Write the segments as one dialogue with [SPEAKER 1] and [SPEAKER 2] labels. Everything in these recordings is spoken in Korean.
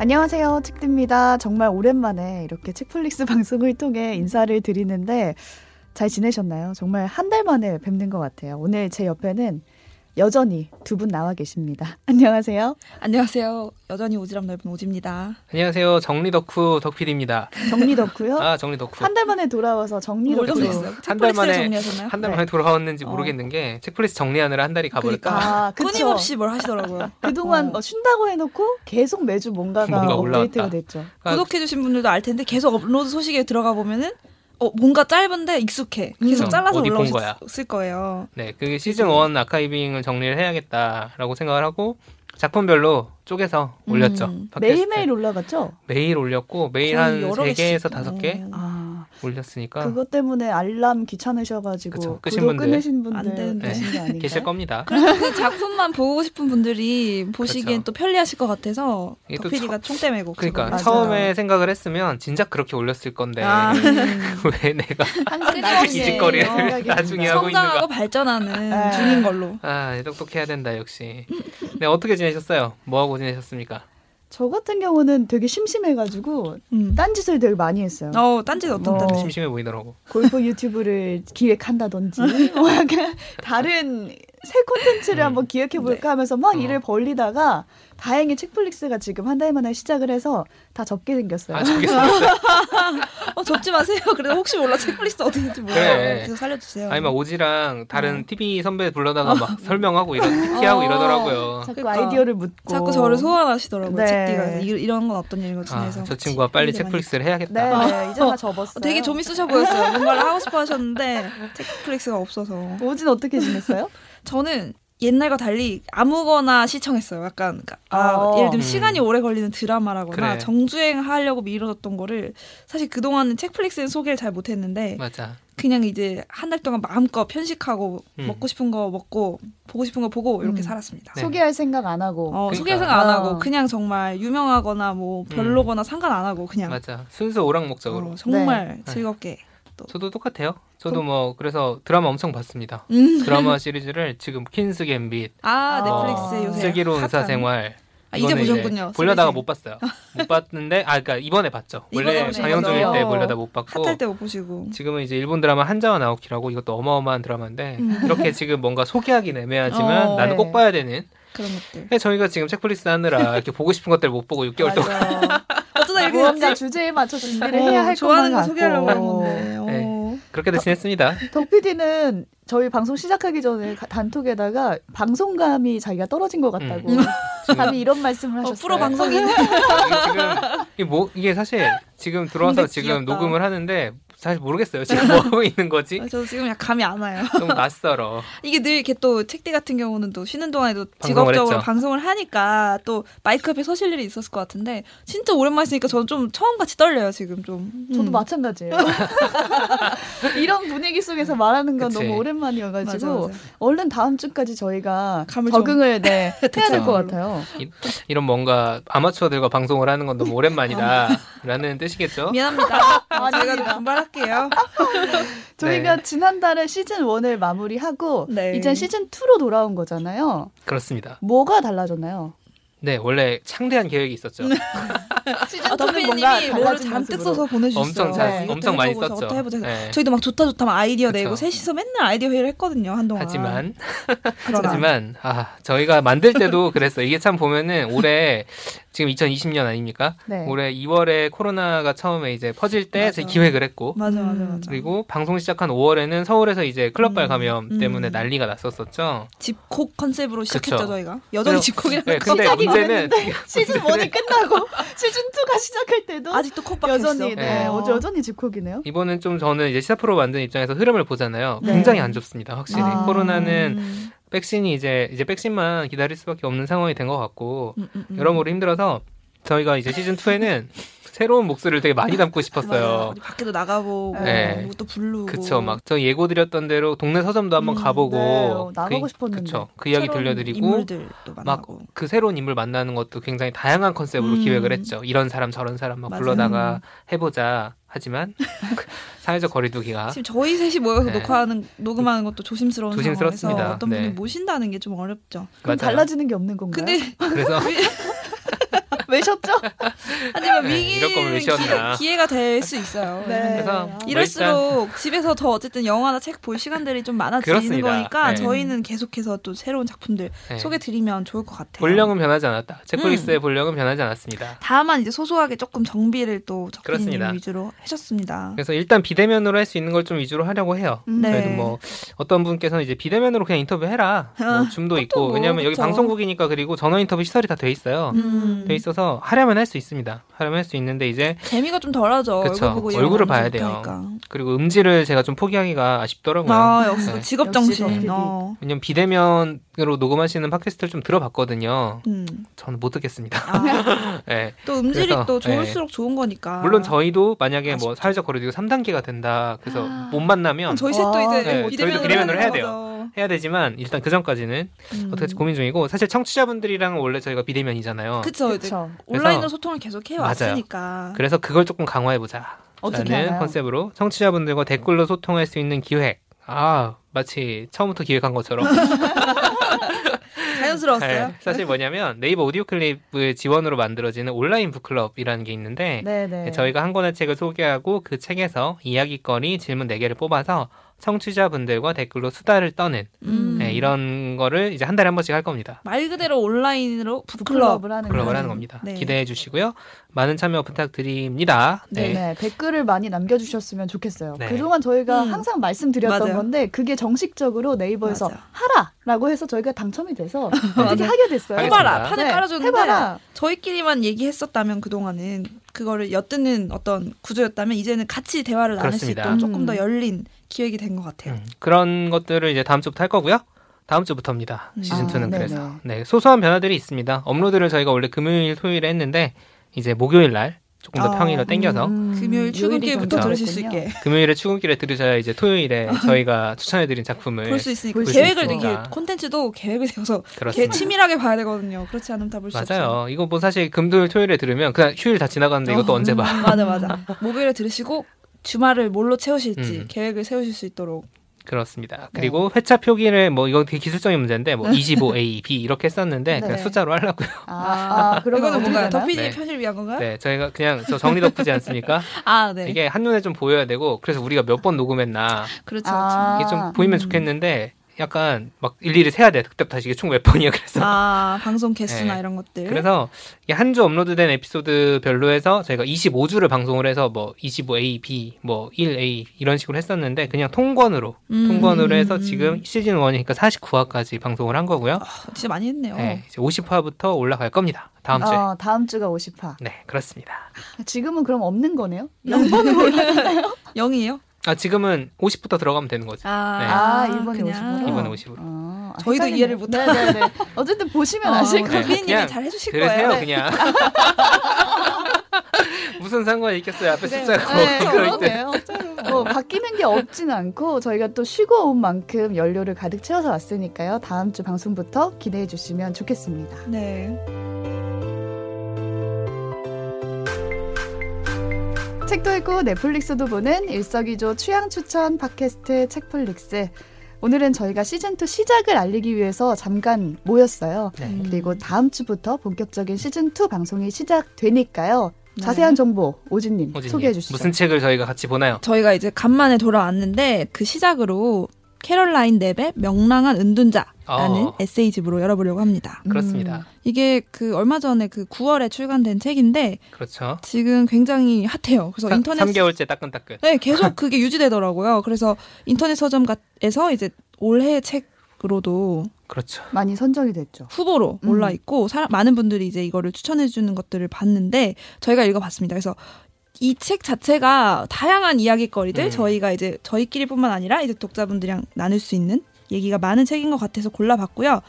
[SPEAKER 1] 안녕하세요. 책디입니다. 정말 오랜만에 이렇게 책플릭스 방송을 통해 인사를 드리는데 잘 지내셨나요? 정말 한 달 만에 뵙는 것 같아요. 오늘 제 옆에는 여전히 두 분 나와 계십니다. 안녕하세요.
[SPEAKER 2] 안녕하세요. 여전히 오지랖 넓은 오지입니다.
[SPEAKER 3] 안녕하세요. 정리 덕후 덕필입니다.
[SPEAKER 1] 정리 덕후요.
[SPEAKER 3] 아, 정리
[SPEAKER 1] 어?
[SPEAKER 3] 덕후.
[SPEAKER 1] 한 달 만에 돌아와서 정리
[SPEAKER 2] 뭘
[SPEAKER 1] 덕후.
[SPEAKER 2] 정리했어요?
[SPEAKER 3] 한달
[SPEAKER 2] 책플릭스를
[SPEAKER 3] 만에-
[SPEAKER 2] 정리하셨나요?
[SPEAKER 3] 한 달
[SPEAKER 1] 네.
[SPEAKER 3] 만에 돌아왔는지
[SPEAKER 2] 어.
[SPEAKER 3] 모르겠는 게 책플리스 정리하느라 한 달이 가버릴까?
[SPEAKER 1] 아, 그쵸.
[SPEAKER 2] 끊임없이 뭘 하시더라고요.
[SPEAKER 1] 그동안
[SPEAKER 2] 어.
[SPEAKER 1] 뭐 ün다고 해놓고 계속 매주 뭔가가
[SPEAKER 3] 뭔가
[SPEAKER 1] 업데이트가
[SPEAKER 3] 올라왔다.
[SPEAKER 1] 됐죠.
[SPEAKER 3] 그러니까
[SPEAKER 2] 구독해주신 분들도 알 텐데 계속 업로드 소식에 들어가 보면은 어 뭔가 짧은데 익숙해. 계속
[SPEAKER 1] 음.
[SPEAKER 2] 잘라서
[SPEAKER 3] 어디 본
[SPEAKER 2] 올라오셨을 거예요.
[SPEAKER 3] 네, 그게 시즌 1 아카이빙을 정리를 해야겠다라고 생각을 하고 작품별로 쪼개서
[SPEAKER 2] 음.
[SPEAKER 3] 네. 올렸죠. 팟캐스트에.
[SPEAKER 1] 매일매일 올라갔죠?
[SPEAKER 3] 매일 올렸고 매일
[SPEAKER 2] 거의
[SPEAKER 3] 한
[SPEAKER 2] 여러
[SPEAKER 3] 세개에서
[SPEAKER 2] 개씩.
[SPEAKER 3] 다섯 개
[SPEAKER 2] 어.
[SPEAKER 1] 아,
[SPEAKER 3] 올렸으니까
[SPEAKER 1] 그것 때문에 알람 귀찮으셔가지고
[SPEAKER 3] 그러니까 그쵸.
[SPEAKER 1] 그도
[SPEAKER 3] 끄신 분들. 네.
[SPEAKER 1] 끊으신 분들
[SPEAKER 2] 안 되는데.
[SPEAKER 1] 계신 거 아닌가요?
[SPEAKER 3] 계실 겁니다.
[SPEAKER 2] 그래서 그 작품만 보고 싶은 분들이 보시기엔
[SPEAKER 3] 그렇죠.
[SPEAKER 2] 또 편리하실 것 같아서
[SPEAKER 3] 이게 또
[SPEAKER 2] 덕피디가 총대 메고
[SPEAKER 3] 그러니까
[SPEAKER 1] 맞아요.
[SPEAKER 3] 처음에 생각을 했으면 진작 그렇게 올렸을 건데
[SPEAKER 2] 아.
[SPEAKER 3] 왜 내가
[SPEAKER 1] 항상
[SPEAKER 2] 나중에
[SPEAKER 3] 기짓거리를
[SPEAKER 2] 어.
[SPEAKER 1] 생각이
[SPEAKER 3] 나중에
[SPEAKER 1] 든다.
[SPEAKER 3] 하고 있는가?
[SPEAKER 2] 성장하고 발전하는
[SPEAKER 1] 네.
[SPEAKER 2] 중인 걸로.
[SPEAKER 3] 아 똑똑해야 된다 역시. 네 어떻게 지내셨어요? 뭐 하고 지내셨습니까?
[SPEAKER 1] 저 같은 경우는 되게 심심해가지고
[SPEAKER 2] 음.
[SPEAKER 1] 딴짓을 되게 많이 했어요.
[SPEAKER 3] 네.
[SPEAKER 2] 어 딴짓 어떤
[SPEAKER 1] 뭐.
[SPEAKER 2] 딴짓?
[SPEAKER 3] 심심해 보이더라고.
[SPEAKER 1] 골프 유튜브를 기획한다든지
[SPEAKER 2] 음.
[SPEAKER 1] 뭐 약간 다른 새 콘텐츠를
[SPEAKER 3] 음.
[SPEAKER 1] 한번
[SPEAKER 2] 네.
[SPEAKER 1] 기획해볼까 하면서 막
[SPEAKER 3] 어.
[SPEAKER 1] 일을 벌리다가 다행히 책플릭스가 지금 한 달 만에 시작을 해서 다 접게 생겼어요.
[SPEAKER 3] 아 저겠어.
[SPEAKER 2] 어 접지 마세요. 그래도 혹시 몰라 책플리스트 어디 있는지 몰라요.
[SPEAKER 3] 그래.
[SPEAKER 2] 계속 살려주세요.
[SPEAKER 3] 네. 아니 막 오지랑 다른
[SPEAKER 2] 어.
[SPEAKER 3] TV 선배 불러다가
[SPEAKER 2] 아.
[SPEAKER 3] 막 설명하고 이런 티하고
[SPEAKER 2] 어.
[SPEAKER 3] 이러더라고요.
[SPEAKER 1] 자꾸
[SPEAKER 2] 그러니까.
[SPEAKER 1] 아이디어를 묻고
[SPEAKER 2] 자꾸 저를 소환하시더라고요.
[SPEAKER 1] 네.
[SPEAKER 2] 책디가 이- 이런 건 어떤 일인 것지
[SPEAKER 3] 아,
[SPEAKER 2] 해서
[SPEAKER 3] 저 친구가 빨리
[SPEAKER 2] 책플릭스
[SPEAKER 3] 책플릭스를
[SPEAKER 1] 네,
[SPEAKER 3] 해야겠다.
[SPEAKER 1] 네, 이제 다 접었어요.
[SPEAKER 2] 어, 되게 좀 있으셔 보였어요. 뭔가를 하고 싶어 하셨는데 책플릭스가 없어서
[SPEAKER 1] 오진 어떻게 지냈어요?
[SPEAKER 3] 네.
[SPEAKER 2] 저는 옛날과 달리 아무거나 시청했어요. 약간 그러니까 아,
[SPEAKER 1] 어.
[SPEAKER 2] 예를 들면
[SPEAKER 3] 음.
[SPEAKER 2] 시간이 오래 걸리는 드라마라거나
[SPEAKER 3] 그래.
[SPEAKER 2] 정주행 하려고 미뤄졌던 거를 사실 그 동안은 책플릭스는 소개를 잘 못했는데
[SPEAKER 3] 맞아.
[SPEAKER 2] 그냥 이제 한 달 동안 마음껏 편식하고
[SPEAKER 3] 음.
[SPEAKER 2] 먹고 싶은 거 먹고 보고 싶은 거 보고
[SPEAKER 1] 음.
[SPEAKER 2] 이렇게 살았습니다.
[SPEAKER 3] 네.
[SPEAKER 1] 소개할 생각 안 하고
[SPEAKER 2] 어,
[SPEAKER 3] 그러니까. 음.
[SPEAKER 2] 소개 생각 안 하고
[SPEAKER 1] 어.
[SPEAKER 2] 그냥 정말 유명하거나 뭐 별로거나 상관 안 하고 그냥
[SPEAKER 3] 맞아. 순수 오락목적으로.
[SPEAKER 2] 어, 정말
[SPEAKER 3] 네.
[SPEAKER 2] 즐겁게
[SPEAKER 3] 저도 똑같아요. 저도 뭐 그래서 드라마 엄청 봤습니다.
[SPEAKER 2] 음.
[SPEAKER 3] 드라마 시리즈를 지금 퀸스 갬빗,
[SPEAKER 2] 아
[SPEAKER 1] 어.
[SPEAKER 2] 넷플릭스 요새
[SPEAKER 3] 슬기로운
[SPEAKER 2] 핫한.
[SPEAKER 3] 사생활.
[SPEAKER 2] 아, 이제
[SPEAKER 3] 이거는
[SPEAKER 2] 보셨군요.
[SPEAKER 3] 보려다가
[SPEAKER 2] 슬기로운.
[SPEAKER 3] 못 봤어요. 못 봤는데 아 그러니까 이번에 봤죠. 원래
[SPEAKER 2] 이번에
[SPEAKER 3] 방영중일 때
[SPEAKER 1] 봤어요.
[SPEAKER 3] 보려다 못 봤고
[SPEAKER 2] 핫할 때 못 보시고
[SPEAKER 3] 지금은 이제 일본 드라마 한자와 나오키라고 이것도 어마어마한 드라마인데 이렇게 지금 뭔가 소개하긴 애매하지만
[SPEAKER 2] 음. 어,
[SPEAKER 3] 나는
[SPEAKER 1] 네.
[SPEAKER 3] 꼭 봐야 되는
[SPEAKER 2] 그런 것들.
[SPEAKER 3] 근데 네, 저희가 지금 책플릭스 하느라 이렇게 보고 싶은 것들 못 보고 6개월 동안
[SPEAKER 1] 맞아요.
[SPEAKER 2] 어쩌다 이렇게 어, 네,
[SPEAKER 1] 무언가 주제에 맞춰 준비를 해야 할
[SPEAKER 2] 좋아하는
[SPEAKER 1] 것만
[SPEAKER 2] 거 소개하려고 하는
[SPEAKER 1] 같고.
[SPEAKER 2] 건데. 어.
[SPEAKER 3] 네. 그렇게도 지냈습니다.
[SPEAKER 1] 덕 PD는 저희 방송 시작하기 전에 가- 단톡에다가 방송감이 자기가 떨어진 것 같다고
[SPEAKER 3] 음.
[SPEAKER 1] 감히 이런 말씀을
[SPEAKER 2] 어,
[SPEAKER 1] 하셨어요.
[SPEAKER 2] 프로 방송인
[SPEAKER 3] 이게 지금 이게 뭐 이게 사실 지금 들어와서
[SPEAKER 2] 근데
[SPEAKER 3] 지금
[SPEAKER 2] 귀엽다.
[SPEAKER 3] 녹음을 하는데 사실 모르겠어요. 지금 뭐 하고 있는 거지?
[SPEAKER 2] 저 지금 약 감이 안 와요.
[SPEAKER 3] 좀 낯설어.
[SPEAKER 2] 이게 늘 이렇게 또 책대 같은 경우는 또 쉬는 동안에도
[SPEAKER 3] 방송을
[SPEAKER 2] 직업적으로
[SPEAKER 3] 했죠.
[SPEAKER 2] 방송을 하니까 또 마이크 앞에 서실 일이 있었을 것 같은데 진짜 오랜만이니까 저는 좀 처음 같이 떨려요 지금 좀.
[SPEAKER 1] 저도
[SPEAKER 2] 음.
[SPEAKER 1] 마찬가지예요. 이런 분위기 속에서 말하는 건
[SPEAKER 3] 그치.
[SPEAKER 1] 너무
[SPEAKER 2] 맞아,
[SPEAKER 1] 오랜만이어가지고
[SPEAKER 2] 맞아.
[SPEAKER 1] 얼른 다음 주까지 저희가
[SPEAKER 2] 감을 좀-
[SPEAKER 1] 적응을 네, 해야 될
[SPEAKER 2] 그쵸.
[SPEAKER 1] 것 같아요.
[SPEAKER 3] 이런 뭔가 아마추어들과 방송을 하는 건 너무 오랜만이다라는 뜻이겠죠?
[SPEAKER 2] 미안합니다. 아, 제가
[SPEAKER 1] 아닙니다.
[SPEAKER 2] 좀 분발할게요.
[SPEAKER 1] 저희가
[SPEAKER 3] 네.
[SPEAKER 1] 지난달에 시즌 1을 마무리하고
[SPEAKER 2] 네.
[SPEAKER 1] 이제 시즌 2로 돌아온 거잖아요.
[SPEAKER 3] 그렇습니다.
[SPEAKER 1] 뭐가 달라졌나요?
[SPEAKER 3] 네, 원래 창대한 계획이 있었죠.
[SPEAKER 2] 네,
[SPEAKER 1] 시즌
[SPEAKER 2] 아,
[SPEAKER 1] 투는 뭔가
[SPEAKER 2] 덕피님이 뭐를
[SPEAKER 1] 달라진
[SPEAKER 2] 잔뜩
[SPEAKER 1] 모습으로.
[SPEAKER 2] 써서 보내주셨어요.
[SPEAKER 3] 엄청
[SPEAKER 1] 잘-
[SPEAKER 2] 네. 이것도
[SPEAKER 3] 엄청 많이
[SPEAKER 2] 해보고
[SPEAKER 3] 썼죠.
[SPEAKER 2] 저것도 해보자.
[SPEAKER 3] 네.
[SPEAKER 2] 저희도 막 좋다 좋다 막 아이디어
[SPEAKER 3] 그쵸.
[SPEAKER 2] 내고 셋이서 맨날 아이디어 회의를 했거든요 한동안.
[SPEAKER 3] 하지만
[SPEAKER 2] 아, 그러나
[SPEAKER 3] 하지만 아 저희가 만들 때도 그랬어. 이게 참 보면은 올해 지금 2020년 아닙니까?
[SPEAKER 1] 네.
[SPEAKER 3] 올해 2월에 코로나가 처음에 이제 퍼질 때
[SPEAKER 2] 맞아.
[SPEAKER 3] 저희 기획을 했고
[SPEAKER 2] 맞아 맞아
[SPEAKER 1] 음.
[SPEAKER 2] 맞아.
[SPEAKER 3] 그리고 방송 시작한 5월에는 서울에서 이제 클럽발
[SPEAKER 2] 음,
[SPEAKER 3] 감염
[SPEAKER 2] 음.
[SPEAKER 3] 때문에 난리가 났었었죠.
[SPEAKER 2] 집콕 컨셉으로 시작했죠
[SPEAKER 3] 그쵸.
[SPEAKER 2] 저희가 여전히
[SPEAKER 3] 그래요.
[SPEAKER 2] 집콕이라는
[SPEAKER 3] 네, 근데
[SPEAKER 1] 시작이
[SPEAKER 3] 문제는
[SPEAKER 1] 시즌 1이 끝나고 시즌 2가 시작할 때도
[SPEAKER 2] 아직도 콕 박혔어.
[SPEAKER 1] 여전히 네.
[SPEAKER 3] 네.
[SPEAKER 1] 어, 여전히 집콕이네요.
[SPEAKER 3] 이번엔 좀 저는 이제 시사 프로 만든 입장에서 흐름을 보잖아요.
[SPEAKER 1] 네.
[SPEAKER 3] 굉장히 안 좋습니다. 확실히
[SPEAKER 1] 아.
[SPEAKER 3] 코로나는
[SPEAKER 2] 음,
[SPEAKER 3] 백신이 이제 이제 백신만 기다릴 수밖에 없는 상황이 된 것 같고
[SPEAKER 2] 음, 음, 음.
[SPEAKER 3] 여러모로 힘들어서 저희가 이제 시즌 2에는 새로운 목소리를 되게 많이 담고
[SPEAKER 2] 맞아요.
[SPEAKER 3] 싶었어요.
[SPEAKER 2] 우리 밖에도 나가보고
[SPEAKER 3] 네.
[SPEAKER 2] 그리고 또 부르고.
[SPEAKER 3] 그쵸, 막 저 예고 드렸던 대로 동네 서점도 한번
[SPEAKER 2] 음,
[SPEAKER 3] 가보고
[SPEAKER 1] 네, 어, 나가고
[SPEAKER 3] 그,
[SPEAKER 1] 싶었는데.
[SPEAKER 3] 그쵸, 그 이야기
[SPEAKER 2] 새로운
[SPEAKER 3] 들려드리고
[SPEAKER 2] 인물들도 만나고.
[SPEAKER 3] 그 새로운 인물 만나는 것도 굉장히 다양한 컨셉으로
[SPEAKER 2] 음.
[SPEAKER 3] 기획을 했죠. 이런 사람 저런 사람 막
[SPEAKER 2] 맞아요.
[SPEAKER 3] 불러다가 해보자. 하지만 사회적 거리두기가
[SPEAKER 2] 지금 저희 셋이 모여서
[SPEAKER 3] 아? 네.
[SPEAKER 2] 녹화하는 녹음하는 것도 조심스러운
[SPEAKER 3] 조심스럽습니다.
[SPEAKER 2] 상황에서 어떤 분을
[SPEAKER 3] 네. 예,
[SPEAKER 2] 모신다는 게 좀 어렵죠.
[SPEAKER 1] 그럼
[SPEAKER 2] 네.
[SPEAKER 3] 맞아요.
[SPEAKER 1] 달라지는 게 없는 건가요?
[SPEAKER 2] 근데
[SPEAKER 3] 그래서
[SPEAKER 2] 왜
[SPEAKER 1] 외셨죠?
[SPEAKER 2] 하지만
[SPEAKER 3] 네, 이럴
[SPEAKER 2] 위기는
[SPEAKER 3] 거면 왜 쉬었나.
[SPEAKER 2] 기회, 가 될 수 있어요.
[SPEAKER 1] 네.
[SPEAKER 3] 그래서 뭐
[SPEAKER 1] 아.
[SPEAKER 2] 이럴수록 집에서 더 어쨌든 영화나 책 볼 시간들이 좀 많아지는
[SPEAKER 3] 그렇습니다.
[SPEAKER 2] 거니까
[SPEAKER 3] 네.
[SPEAKER 2] 저희는 계속해서 또 새로운 작품들
[SPEAKER 3] 네.
[SPEAKER 2] 소개드리면 좋을 것 같아요.
[SPEAKER 3] 본령은 변하지 않았다.
[SPEAKER 2] 음.
[SPEAKER 3] 책플릭스의 본령은 변하지 않았습니다.
[SPEAKER 2] 다만 이제 소소하게 조금 정비를 또
[SPEAKER 3] 그렇습니다.
[SPEAKER 2] 적기님 위주로 하셨습니다.
[SPEAKER 3] 그래서 일단 비대면으로 할 수 있는 걸 좀 위주로 하려고 해요.
[SPEAKER 1] 음.
[SPEAKER 2] 네.
[SPEAKER 3] 그래도 뭐 어떤 분께서는 이제 비대면으로 그냥 인터뷰 해라. 뭐 줌도 있고
[SPEAKER 2] 뭐,
[SPEAKER 3] 왜냐하면 여기
[SPEAKER 2] 그쵸.
[SPEAKER 3] 방송국이니까 그리고 전화 인터뷰 시설이 다 돼 있어요.
[SPEAKER 2] 음.
[SPEAKER 3] 돼 있어서 하려면 할 수 있습니다. 하려면 할 수 있는데 이제
[SPEAKER 2] 재미가 좀 덜하죠.
[SPEAKER 3] 그쵸.
[SPEAKER 2] 얼굴 보고 이런
[SPEAKER 3] 얼굴을
[SPEAKER 2] 거
[SPEAKER 3] 봐야
[SPEAKER 2] 보지
[SPEAKER 3] 돼요.
[SPEAKER 2] 못하니까.
[SPEAKER 3] 그리고 음질을 제가 좀 포기하기가 아쉽더라고요.
[SPEAKER 2] 아 역시 또
[SPEAKER 3] 네.
[SPEAKER 2] 직업
[SPEAKER 1] 역시
[SPEAKER 2] 정신.
[SPEAKER 1] 더
[SPEAKER 2] 어.
[SPEAKER 3] 왜냐면 비대면으로 녹음하시는 팟캐스트를 좀 들어봤거든요.
[SPEAKER 2] 음.
[SPEAKER 3] 저는 못 듣겠습니다.
[SPEAKER 2] 아,
[SPEAKER 3] 네.
[SPEAKER 2] 또 음질이
[SPEAKER 3] 그래서,
[SPEAKER 2] 또 좋을수록 좋은 거니까.
[SPEAKER 3] 물론 저희도 만약에 뭐
[SPEAKER 2] 아. 아쉽죠.
[SPEAKER 3] 사회적 거리두기 3단계가 된다. 그래서
[SPEAKER 1] 아.
[SPEAKER 3] 못 만나면
[SPEAKER 2] 저희 셋도
[SPEAKER 1] 와.
[SPEAKER 2] 이제
[SPEAKER 3] 네, 저희도
[SPEAKER 2] 비대면으로,
[SPEAKER 3] 비대면으로 해야 돼요.
[SPEAKER 2] 하죠.
[SPEAKER 3] 해야 되지만 일단 그 전까지는
[SPEAKER 2] 음.
[SPEAKER 3] 어떻게 할지 고민 중이고 사실 청취자분들이랑 원래 저희가 비대면이잖아요.
[SPEAKER 2] 그쵸 이제
[SPEAKER 1] 그렇죠.
[SPEAKER 2] 온라인으로
[SPEAKER 3] 그래서-
[SPEAKER 2] 소통을 계속 해
[SPEAKER 3] 맞아요.
[SPEAKER 2] 왔으니까.
[SPEAKER 3] 그래서 그걸 조금 강화해 보자.
[SPEAKER 1] 어떻게
[SPEAKER 3] 라는
[SPEAKER 1] 하나요?
[SPEAKER 3] 컨셉으로 청취자분들과 댓글로 소통할 수 있는 기획. 아, 마치 처음부터 기획한 것처럼.
[SPEAKER 2] 자연스러웠어요.
[SPEAKER 3] 네, 사실 뭐냐면 네이버 오디오 클립의 지원으로 만들어지는 온라인 북클럽이라는 게 있는데
[SPEAKER 1] 네네.
[SPEAKER 3] 저희가 한 권의 책을 소개하고 그 책에서 이야기거리 질문 4개를 뽑아서 청취자분들과 댓글로 수다를 떠는
[SPEAKER 2] 음.
[SPEAKER 3] 네, 이런 거를 이제 한 달에 한 번씩 할 겁니다.
[SPEAKER 2] 말 그대로 온라인으로 북클럽.
[SPEAKER 1] 북클럽을 하는
[SPEAKER 3] 글로벌
[SPEAKER 1] 거예요.
[SPEAKER 3] 하는 겁니다.
[SPEAKER 2] 네.
[SPEAKER 3] 기대해 주시고요. 많은 참여 부탁드립니다.
[SPEAKER 1] 네.
[SPEAKER 3] 네.
[SPEAKER 1] 네, 댓글을 많이 남겨주셨으면 좋겠어요.
[SPEAKER 3] 네.
[SPEAKER 1] 그동안 저희가
[SPEAKER 2] 음.
[SPEAKER 1] 항상 말씀드렸던
[SPEAKER 2] 맞아요.
[SPEAKER 1] 건데 그게 정식적으로 네이버에서
[SPEAKER 2] 맞아.
[SPEAKER 1] 하라라고 해서 저희가 당첨이 돼서 어떻게
[SPEAKER 2] 맞아요.
[SPEAKER 1] 하게 됐어요.
[SPEAKER 3] 네. 하겠습니다.
[SPEAKER 2] 해봐라 판을
[SPEAKER 1] 네,
[SPEAKER 2] 깔아줬는데
[SPEAKER 1] 해봐라.
[SPEAKER 2] 저희끼리만 얘기했었다면 그동안은 그거를 엿드는 어떤 구조였다면 이제는 같이 대화를 나눌 수
[SPEAKER 3] 그렇습니다.
[SPEAKER 2] 있도록 조금 더
[SPEAKER 1] 음.
[SPEAKER 2] 열린 기획이 된 것 같아요.
[SPEAKER 3] 음, 그런 것들을 이제 다음 주부터 할 거고요. 다음 주부터입니다.
[SPEAKER 2] 음.
[SPEAKER 3] 시즌
[SPEAKER 2] 아,
[SPEAKER 3] 2는
[SPEAKER 1] 네네.
[SPEAKER 3] 그래서 네, 소소한 변화들이 있습니다. 업로드를 저희가 원래 금요일, 토요일에 했는데 이제 목요일 날 조금 더
[SPEAKER 2] 아,
[SPEAKER 3] 평일로 당겨서
[SPEAKER 1] 음,
[SPEAKER 2] 금요일
[SPEAKER 1] 요일이
[SPEAKER 2] 출근길부터
[SPEAKER 1] 좀
[SPEAKER 2] 들으실 수
[SPEAKER 1] 그랬군요.
[SPEAKER 2] 있게
[SPEAKER 3] 금요일에 출근길에 들으셔야 이제 토요일에 저희가 추천해드린 작품을
[SPEAKER 2] 볼 수 있으니까
[SPEAKER 1] 볼수
[SPEAKER 2] 계획을
[SPEAKER 3] 있으니까.
[SPEAKER 2] 이렇게 콘텐츠도 계획을 세워서 되
[SPEAKER 3] 그렇습니다.
[SPEAKER 2] 치밀하게 봐야 되거든요. 그렇지 않으면 다 볼 수 없어요.
[SPEAKER 3] 맞아요. 이거 뭐 사실 금토일 토요일에 들으면 그냥 휴일 다 지나갔는데 이것도
[SPEAKER 2] 어,
[SPEAKER 3] 언제 봐.
[SPEAKER 2] 음, 맞아 맞아. 목요일에 들으시고 주말을 뭘로 채우실지
[SPEAKER 3] 음.
[SPEAKER 2] 계획을 세우실 수 있도록
[SPEAKER 3] 그렇습니다. 그리고 회차 표기를 뭐 이건 되게 기술적인 문제인데 뭐 25A, B 이렇게 했었는데
[SPEAKER 1] 네.
[SPEAKER 3] 그냥 숫자로 하려고요.
[SPEAKER 1] 아, 아 그러면
[SPEAKER 2] 이거는 뭔가요?
[SPEAKER 1] 어떻게 되나요?
[SPEAKER 2] 더피디의
[SPEAKER 3] 네.
[SPEAKER 2] 편의를 위한 건가요?
[SPEAKER 3] 네, 저희가 그냥 저 정리 덕후지 않습니까?
[SPEAKER 2] 아 네.
[SPEAKER 3] 이게 한눈에 좀 보여야 되고 그래서 우리가 몇 번 녹음했나
[SPEAKER 2] 그렇죠. 그렇죠.
[SPEAKER 1] 아,
[SPEAKER 3] 이게 좀 보이면 좋겠는데 약간 막 일일이 세야 돼. 그때부터 다시 이게 총 몇 번이야 그래서.
[SPEAKER 2] 아 방송 개수나
[SPEAKER 3] 네.
[SPEAKER 2] 이런 것들.
[SPEAKER 3] 그래서 한 주 업로드된 에피소드별로 해서 저희가 25주를 방송을 해서 뭐 25A, B, 뭐 1A 이런 식으로 했었는데 그냥 통권으로
[SPEAKER 2] 음.
[SPEAKER 3] 통권으로 해서 지금 시즌 1이니까 49화까지 방송을 한 거고요.
[SPEAKER 2] 아, 진짜 많이 했네요.
[SPEAKER 3] 네, 이제 50화부터 올라갈 겁니다. 다음 주에.
[SPEAKER 1] 어, 다음 주가 50화.
[SPEAKER 3] 네, 그렇습니다.
[SPEAKER 1] 지금은 그럼 없는 거네요?
[SPEAKER 2] 영번은 몰라요. 영이에요?
[SPEAKER 3] 아, 지금은 50부터 들어가면 되는 거죠.
[SPEAKER 2] 아, 어,
[SPEAKER 3] 네.
[SPEAKER 1] 아, 이번에 50으로.
[SPEAKER 3] 이번에 50으로.
[SPEAKER 1] 아, 아,
[SPEAKER 2] 저희도
[SPEAKER 1] 헷갈리네요.
[SPEAKER 2] 이해를 못하-
[SPEAKER 1] 네네네. 어쨌든 보시면 아실
[SPEAKER 3] 네.
[SPEAKER 1] 거예요.
[SPEAKER 2] 거기님이
[SPEAKER 3] 그냥
[SPEAKER 2] 잘 해주실 거예요.
[SPEAKER 3] 그러세요,
[SPEAKER 2] 네.
[SPEAKER 3] 그냥. 무슨 상관이 있겠어요. 앞에
[SPEAKER 2] 그래요.
[SPEAKER 3] 숫자가
[SPEAKER 1] 네,
[SPEAKER 3] 들어 있대.
[SPEAKER 1] 그러네요. 뭐 바뀌는 게 없진 않고 저희가 또 쉬고 온 만큼 연료를 가득 채워서 왔으니까요. 다음 주 방송부터 기대해 주시면 좋겠습니다.
[SPEAKER 2] 네.
[SPEAKER 1] 음. 책도 읽고 넷플릭스도 보는 일석이조 취향 추천 팟캐스트 책플릭스. 오늘은 저희가 시즌 2 시작을 알리기 위해서 잠깐 모였어요.
[SPEAKER 3] 네.
[SPEAKER 1] 그리고 다음 주부터 본격적인 시즌 2 방송이 시작되니까요.
[SPEAKER 2] 네.
[SPEAKER 1] 자세한 정보 오진님
[SPEAKER 3] 호진님,
[SPEAKER 1] 소개해 주시죠.
[SPEAKER 3] 무슨 책을 저희가 같이 보나요?
[SPEAKER 2] 저희가 이제 간만에 돌아왔는데 그 시작으로 캐럴라인 넵의 명랑한 은둔자라는
[SPEAKER 3] 어.
[SPEAKER 2] 에세이집으로 열어보려고 합니다.
[SPEAKER 3] 그렇습니다.
[SPEAKER 2] 이게 그 얼마 전에 그 9월에 출간된 책인데
[SPEAKER 3] 그렇죠.
[SPEAKER 2] 지금 굉장히 핫해요. 그래서 인터넷
[SPEAKER 3] 3개월째 따끈따끈.
[SPEAKER 2] 네, 계속 그게 유지되더라고요. 그래서 인터넷 서점에서 이제 올해 책으로도
[SPEAKER 3] 그렇죠.
[SPEAKER 1] 많이 선정이 됐죠.
[SPEAKER 2] 후보로
[SPEAKER 1] 음.
[SPEAKER 2] 올라 있고 사람, 많은 분들이 이제 이거를 추천해 주는 것들을 봤는데 저희가 읽어봤습니다. 그래서 이 책 자체가 다양한 이야기거리들
[SPEAKER 1] 네.
[SPEAKER 3] 음.
[SPEAKER 2] 저희가 이제 저희끼리뿐만 아니라 이제 독자분들이랑 나눌 수 있는 얘기가 많은 책인 것 같아서 골라봤고요.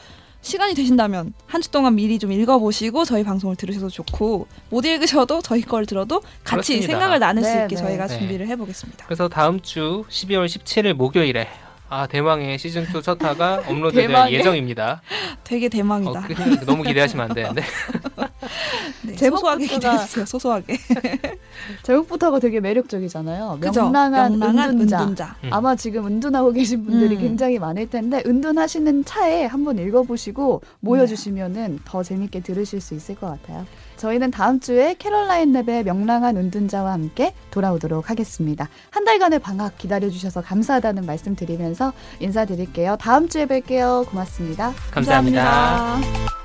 [SPEAKER 2] 시간이 되신다면 한 주 동안 미리 좀 읽어보시고 저희 방송을 들으셔도 좋고 못 읽으셔도 저희 걸 들어도 같이
[SPEAKER 3] 그렇습니다.
[SPEAKER 2] 생각을 나눌 수
[SPEAKER 1] 네,
[SPEAKER 2] 있게
[SPEAKER 1] 네.
[SPEAKER 2] 저희가
[SPEAKER 3] 네.
[SPEAKER 2] 준비를 해보겠습니다.
[SPEAKER 3] 그래서 다음 주 12월 17일 목요일에 아 대망의 시즌 2 첫화가 업로드될
[SPEAKER 1] 대망의.
[SPEAKER 3] 예정입니다.
[SPEAKER 2] 되게
[SPEAKER 3] 어,
[SPEAKER 2] 대망이다.
[SPEAKER 3] 그- 너무 기대하시면 안 되는데
[SPEAKER 2] 네,
[SPEAKER 1] 제목부터가-
[SPEAKER 2] 소소하게 기대해주세요. 소소하게.
[SPEAKER 1] 제목부터가 되게 매력적이잖아요.
[SPEAKER 2] 그죠?
[SPEAKER 1] 명랑한, 은둔자.
[SPEAKER 2] 은둔자.
[SPEAKER 3] 음.
[SPEAKER 1] 아마 지금 은둔하고 계신 분들이
[SPEAKER 2] 음.
[SPEAKER 1] 굉장히 많을 텐데 은둔하시는 차에 한번 읽어보시고
[SPEAKER 3] 음.
[SPEAKER 1] 모여주시면은 더 재밌게 들으실 수 있을 것 같아요. 저희는 다음 주에 캐럴라인 랩의 명랑한 은둔자와 함께 돌아오도록 하겠습니다. 한 달간의 방학 기다려주셔서 감사하다는 말씀 드리면서 인사드릴게요. 다음 주에 뵐게요. 고맙습니다.
[SPEAKER 3] 감사합니다.
[SPEAKER 2] 감사합니다.